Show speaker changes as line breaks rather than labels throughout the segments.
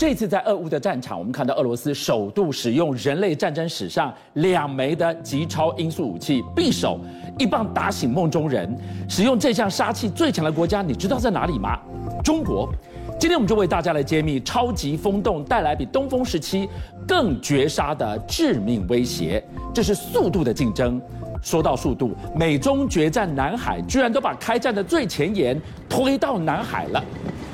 这次在俄乌的战场，我们看到俄罗斯首度使用人类战争史上两枚的极超音速武器匕首，一棒打醒梦中人。使用这项杀气最强的国家，你知道在哪里吗？中国。今天我们就为大家来揭秘超级风洞带来比东风十七更绝杀的致命威胁，这是速度的竞争。说到速度，美中决战南海，居然都把开战的最前沿推到南海了。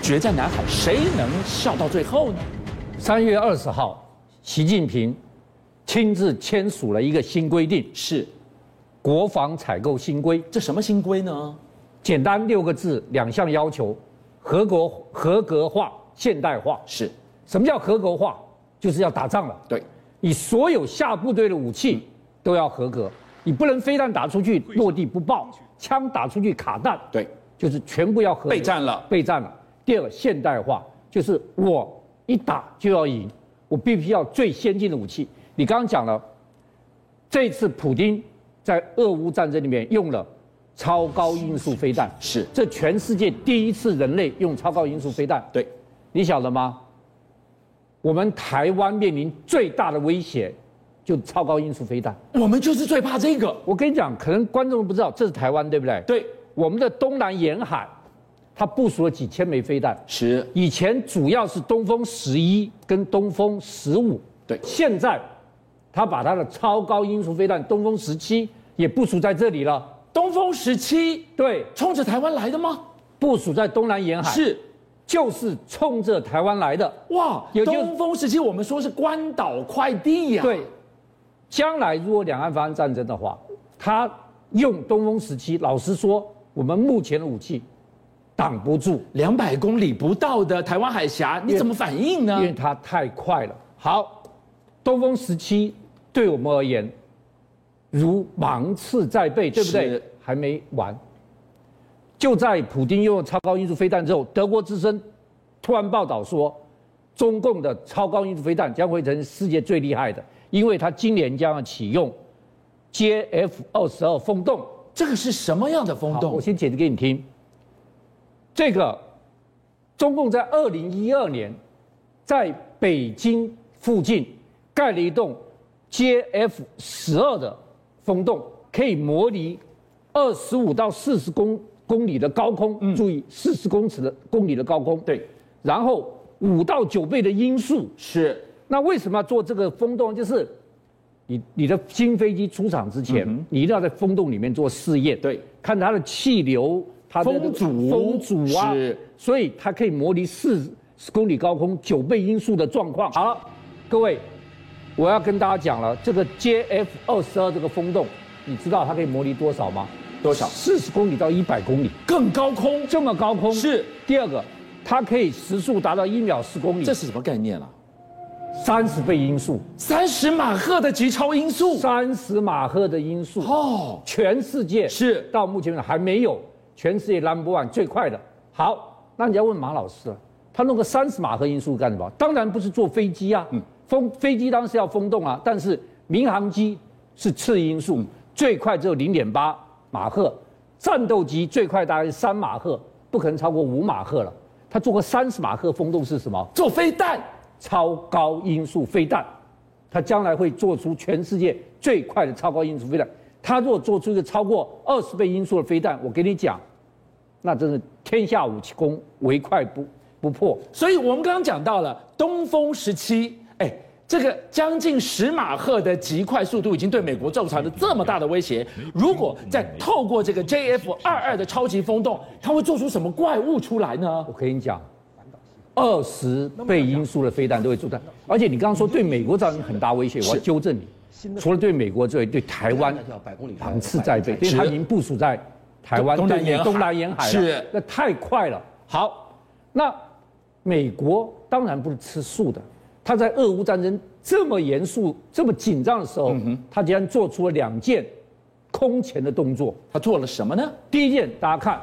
决战南海，谁能笑到最后呢？
三月二十号，习近平亲自签署了一个新规定，
是，
国防采购新规。
这什么新规呢？
简单六个字，两项要求：合格合格化、现代化。
是，
什么叫合格化？就是要打仗了。
对，
你所有下部队的武器都要合格，你不能飞弹打出去落地不爆，枪打出去卡弹。
对，
就是全部要合格
备战了
备战了。第二个现代化，就是我一打就要赢，我必须要最先进的武器。你刚刚讲了，这次普京在俄乌战争里面用了超高音速飞弹，
是
这全世界第一次人类用超高音速飞弹。
对，
你晓得吗？我们台湾面临最大的威胁，就是超高音速飞弹。
我们就是最怕这个。
我跟你讲，可能观众不知道，这是台湾，对不对？
对，
我们的东南沿海，它部署了几千枚飞弹。
是，
以前主要是东风十一跟东风十五，
对
现在它把它的超高音速飞弹东风十七也部署在这里了，
东风十七
对，
冲着台湾来的吗？
部署在东南沿海，
是，
就是冲着台湾来的。
哇，
也就
东风十七我们说是关岛快递呀、
对，将来如果两岸发生战争的话，他用东风十七，老实说，我们目前的武器挡不住，
两百公里不到的台湾海峡，你怎么反应呢
因？为它太快了。好，东风十七对我们而言如芒刺在背，对不对
是？
还没完，就在普京用了超高音速飞弹之后，德国之声突然报道说，中共的超高音速飞弹将会成世界最厉害的，因为它今年将要启用 JF 二十二风洞。
这个是什么样的风
好，
洞
我？先解释给你听。这个，中共在二零一二年，在北京附近盖了一栋 JF 十二的风洞，可以模拟二十五到四十公公里的高空。注意，四十公尺的公里的高空。
嗯对，
然后五到九倍的音速。
是
那为什么要做这个风洞？就是你你的新飞机出厂之前，你一定要在风洞里面做试验，
嗯对，
看它的气流、它的
风阻
风阻啊
是，
所以它可以模拟四十公里高空九倍音速的状况。好了，各位，我要跟大家讲了，这个 JF 二十二这个风洞，你知道它可以模拟多少吗？
多少
四十公里到一百公里，
更高空，
这么高空嗯
是
第二个，它可以时速达到一秒十公里，
这是什么概念啊？
三十倍音速。
三十马赫的极超音速
三十马赫的音速，
哦，
全世界
是
到目前为止还没有全世界 number one 最快的。好，那你要问马老师了，他弄个三十马赫音速干什么？当然不是坐飞机啊，风飞机当然是要风动啊，但是民航机是次音速，最快只有零点八马赫，战斗机最快大概是三马赫，不可能超过五马赫了。他做个三十马赫风洞是什么？
做飞弹，
超高音速飞弹，它将来会做出全世界最快的超高音速飞弹。它若做出一个超过二十倍音速的飞弹，我给你讲，那真是天下武功唯快不不破。
所以我们刚刚讲到了东风十七，哎，这个将近十马赫的极快速度已经对美国造成了这么大的威胁。如果再透过这个 JF 二二的超级风洞，它会做出什么怪物出来呢
我？跟你讲，二十倍音速的飞弹都会做弹，而且你刚刚说对美国造成很大威胁，我要纠正你，除了对美国之外，对台湾芒刺在背，因为它已经部署在台湾
东
对
南沿海
东南沿海了
是
那太快了。好，那美国当然不是吃素的，他在俄乌战争这么严肃、这么紧张的时
嗯
候，他竟然做出了两件空前的动作。
它做了什么呢？
第一件，大家看，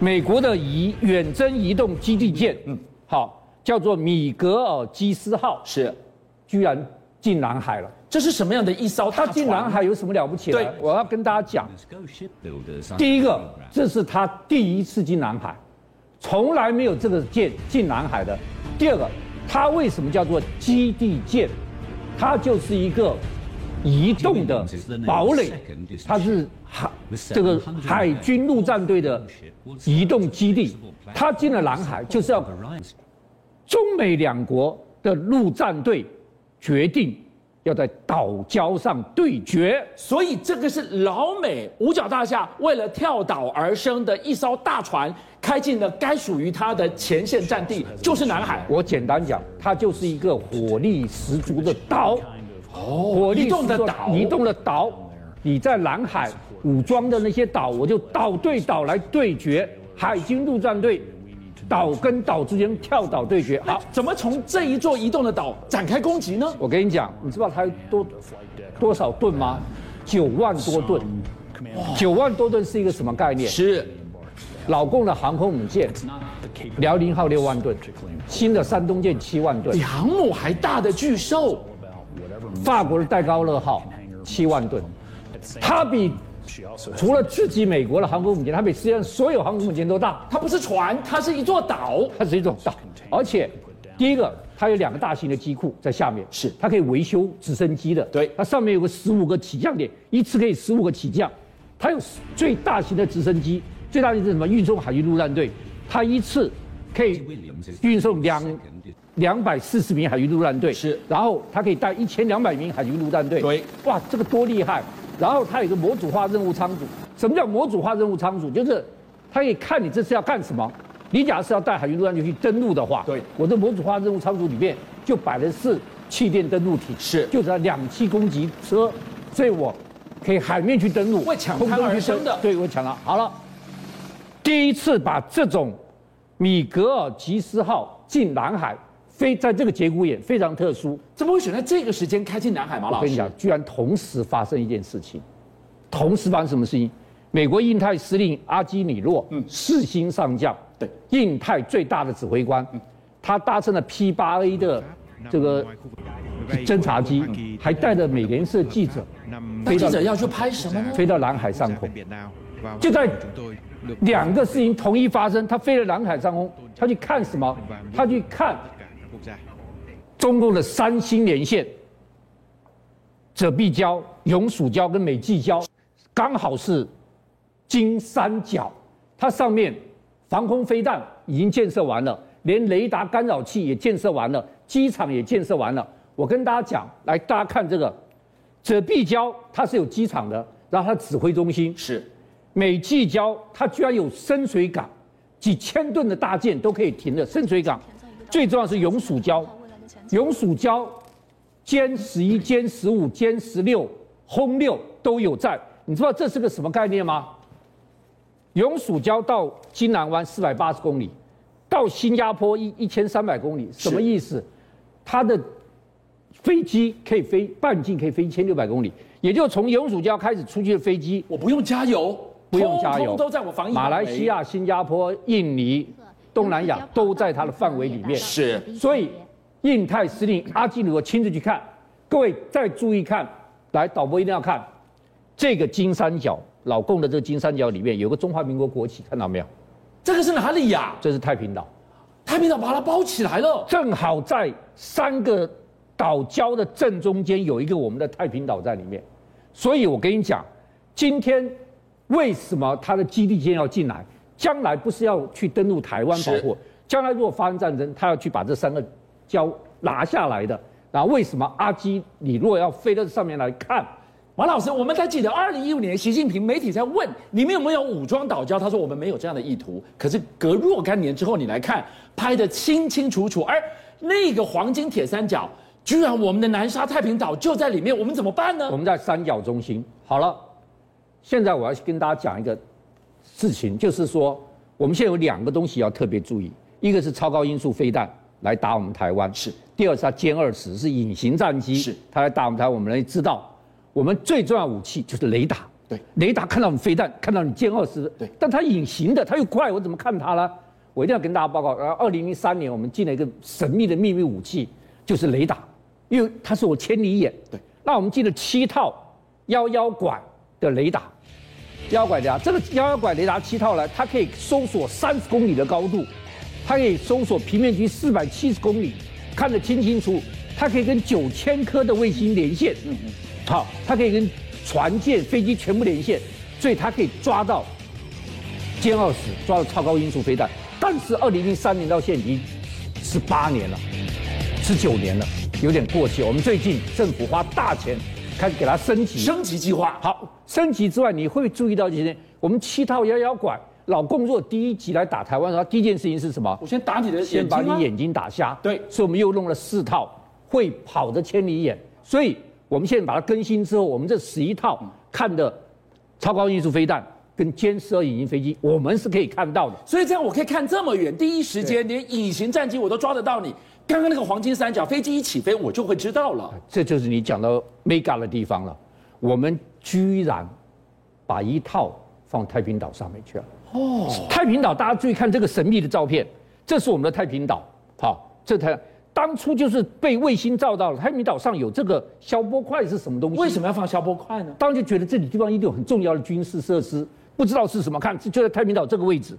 美国的移远征移动基地舰，嗯，好，叫做米格尔基斯号，
是，
居然进南海了。
这是什么样的一艘大
它进南
船？
海有什么了不起的？
对
我要跟大家讲，第
第
一
一
个
个，
这是它第一次进南海，从来没有这个舰进南海的。第二个，它为什么叫做基地舰？它就是一个移动的堡垒，它是海这个海军陆战队的移动基地。它进了南海，就是要中美两国的陆战队决定要在岛礁上对决。
所以这个是老美五角大厦为了跳岛而生的一艘大船，开进了该属于它的前线战地，就是南海。
我简单讲，它就是一个火力十足的岛，
哦
火力
移
十足
动的岛，
移动的岛。你在南海武装的那些岛，我就岛对岛来对决，海军陆战队，岛跟岛之间跳岛对决。好
好，，怎么从这一座移动的岛展开攻击呢？
我跟你讲，你知道它有多多少吨吗？九万多吨，九万多吨是一个什么概念？
是
老共的航空母舰，辽宁号六万吨，新的山东舰七万吨，
两亩还大的巨兽，
法国的戴高乐号七万吨，它比除了自己美国的航空母舰，它比世界上所有航空母舰都大，
它不是船，它是一座岛。
它是一种大，而且第一个。它有两个大型的机库在下面，
是
它可以维修直升机的。
对
它上面有个十五个起降点，一次可以十五个起降。它有最大型的直升机，最大型是什么？运送海军陆战队，它一次可以运送两两百四十名海军陆战队，
是
然后它可以带一千两百名海军陆战队，
对，
哇，这个多厉害！然后它有一个模组化任务仓组，什么叫模组化任务仓组？就是它可以看你这次要干什么。你假如是要带海军陆战队去登陆的话，
对
我的模组化任务仓组里面就摆的是气垫登陆艇，
是
就是它两栖攻击车，所以我可以海面去登陆，
为抢
空
滩
中
而
去
生
登
的
对，我抢了。好了，第一次把这种米格尔吉斯号进南海，非在这个节骨眼非常特殊。
怎么会选在这个时间开进南海？马
我
老
跟你
师
讲，，居然同时发生一件事情，同时发生什么事情？美国印太司令阿基米诺，嗯，四星上将，
对，嗯
印太最大的指挥官，他搭乘了 P 八 A 的这
这
个
个
侦
侦
察
察
机，
嗯
机，
还
还
带
带
着
着
美
美
联
联
社
社
记
记
者
者
那
飞
记
到
者要去拍什么呢？
飞到南海上空。
就在
两
两
个
个
事情同一发生，他飞了南海上空，他去看什么？他去看中共的三星连线，者必礁、永暑礁跟美济礁，刚好是金三角，它上面防空飞弹已经建设完了，连雷达干扰器也建设完了，机场也建设完了。我跟大家讲，来大家看这个，者必礁它是有机场的，然后它指挥中心
是
美济礁它居然有深水港，几千吨的大舰都可以停的深水港。最重要是永暑礁，永暑礁歼十一、歼十五、歼十六、轰六都有在。你知道这是个什么概念吗？永暑礁到金兰湾四百八十公里，到新加坡一一千三百公里，什么意思？它的飞机可以飞半径可以飞一千六百公里，也就是从永暑礁开始出去的飞机，
我不用加油，
不用加
通通
油，
都在我防疫
马
范围
来西亚、新加坡、印尼、东南亚都在它的范围里面。
是
所以，印太司令阿基努亲自去看，各位再注意看，来导播一定要看，这个金三角，老共的这个金三角里面有个中华民国国旗，看到没有？
这个是哪里呀、
这是太平岛，
太平岛把它包起来了，
正好在三个岛礁的正中间有一个我们的太平岛在里面。所以我跟你讲，今天为什么它的基地舰要进来？将来不是要去登陆台湾保
是
护？将来如果发生战争，他要去把这三个礁拿下来的。然后为什么阿基你如果要飞到上面来看？
马老师，我们才记得二零一五年，习近平媒体在问你们有没有武装岛礁，他说我们没有这样的意图。可是隔若干年之后，你来看，拍得清清楚楚，而那个黄金铁三角，居然我们的南沙太平岛就在里面，我们怎么办呢
我？们在三角中心。好了，现在我要跟大家讲一个事情，就是说我们现在有两个东西要特别注意，一个是超高音速飞弹来打我们台湾，
是；
第二是它歼二十是隐形战机，
是
它来打我们台湾，我们能知道。我们最重要的武器就是雷达，
对
雷达看到你飞弹，看到你歼二十，
对
但它隐形的，它又快，我怎么看它呢？我一定要跟大家报告，呃，二零零三年我们进了一个神秘的秘密武器，就是雷达，因为它是我千里眼，
对，
那我们进了七套幺幺拐的雷达，幺拐雷达，这个幺幺拐雷达七套呢，它可以搜索三十公里的高度，它可以搜索平面距四百七十公里，看得清清楚。它可以跟九千颗的卫星连线，嗯嗯，好，它可以跟船舰、飞机全部连线，所以它可以抓到歼二十，抓到超高音速飞弹。但是二零零三年到现在已经十八年了，十九年了，有点过期。我们最近政府花大钱开始给它升级，
升级计划，
好，升级之外，你会注意到今天我们七套摇摇拐，老共若第一集来打台湾的话，第一件事情是什么
我？先打你的眼睛
先把
吗
你眼睛啊打瞎。
对
所以我们又弄了四套会跑的千里眼，所以我们现在把它更新之后，我们这十一套看的超高音速飞弹跟歼十二隐形飞机，我们是可以看到的。
所以这样我可以看这么远，第一时间连隐形战机我都抓得到你。刚刚那个黄金三角飞机一起飞，我就会知道了。
这就是你讲到 mega 的地方了。我们居然把一套放太平岛上面去了。哦，太平岛，大家注意看这个神秘的照片，这是我们的太平岛。好，这台当初就是被卫星照到了，太平岛上有这个消波块是什么东西？
为什么要放消波块呢？
当然就觉得这里地方一定有很重要的军事设施，不知道是什么，看就在太平岛这个位置。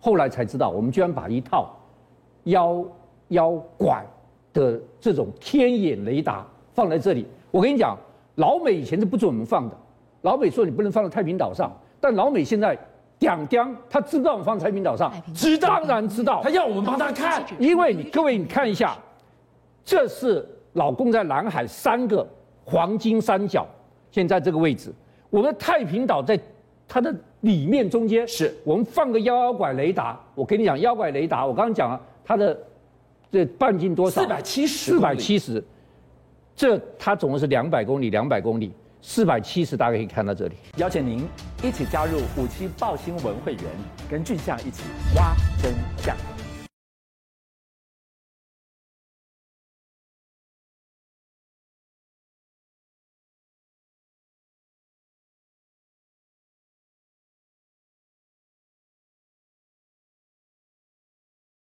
后来才知道，我们居然把一套腰腰管的这种天眼雷达放在这里。我跟你讲，老美以前是不准我们放的，老美说你不能放在太平岛上，但老美现在屌屌，他知不知道我们放太平岛上？
知道
当然知道
他，要我们帮他看。
因为你各位你看一下，这是老共在南海三个黄金三角，现在这个位置，我们太平岛在它的里面中间，
是
我们放个幺幺拐雷达。我跟你讲，幺拐雷达，我刚刚讲了，啊它的这半径多少？
470
四百七十，这它总共是两百公里，两百公里，四百七十，大家可以看到这里。
邀请您一起加入五七报新闻会员，跟俊相一起挖真相。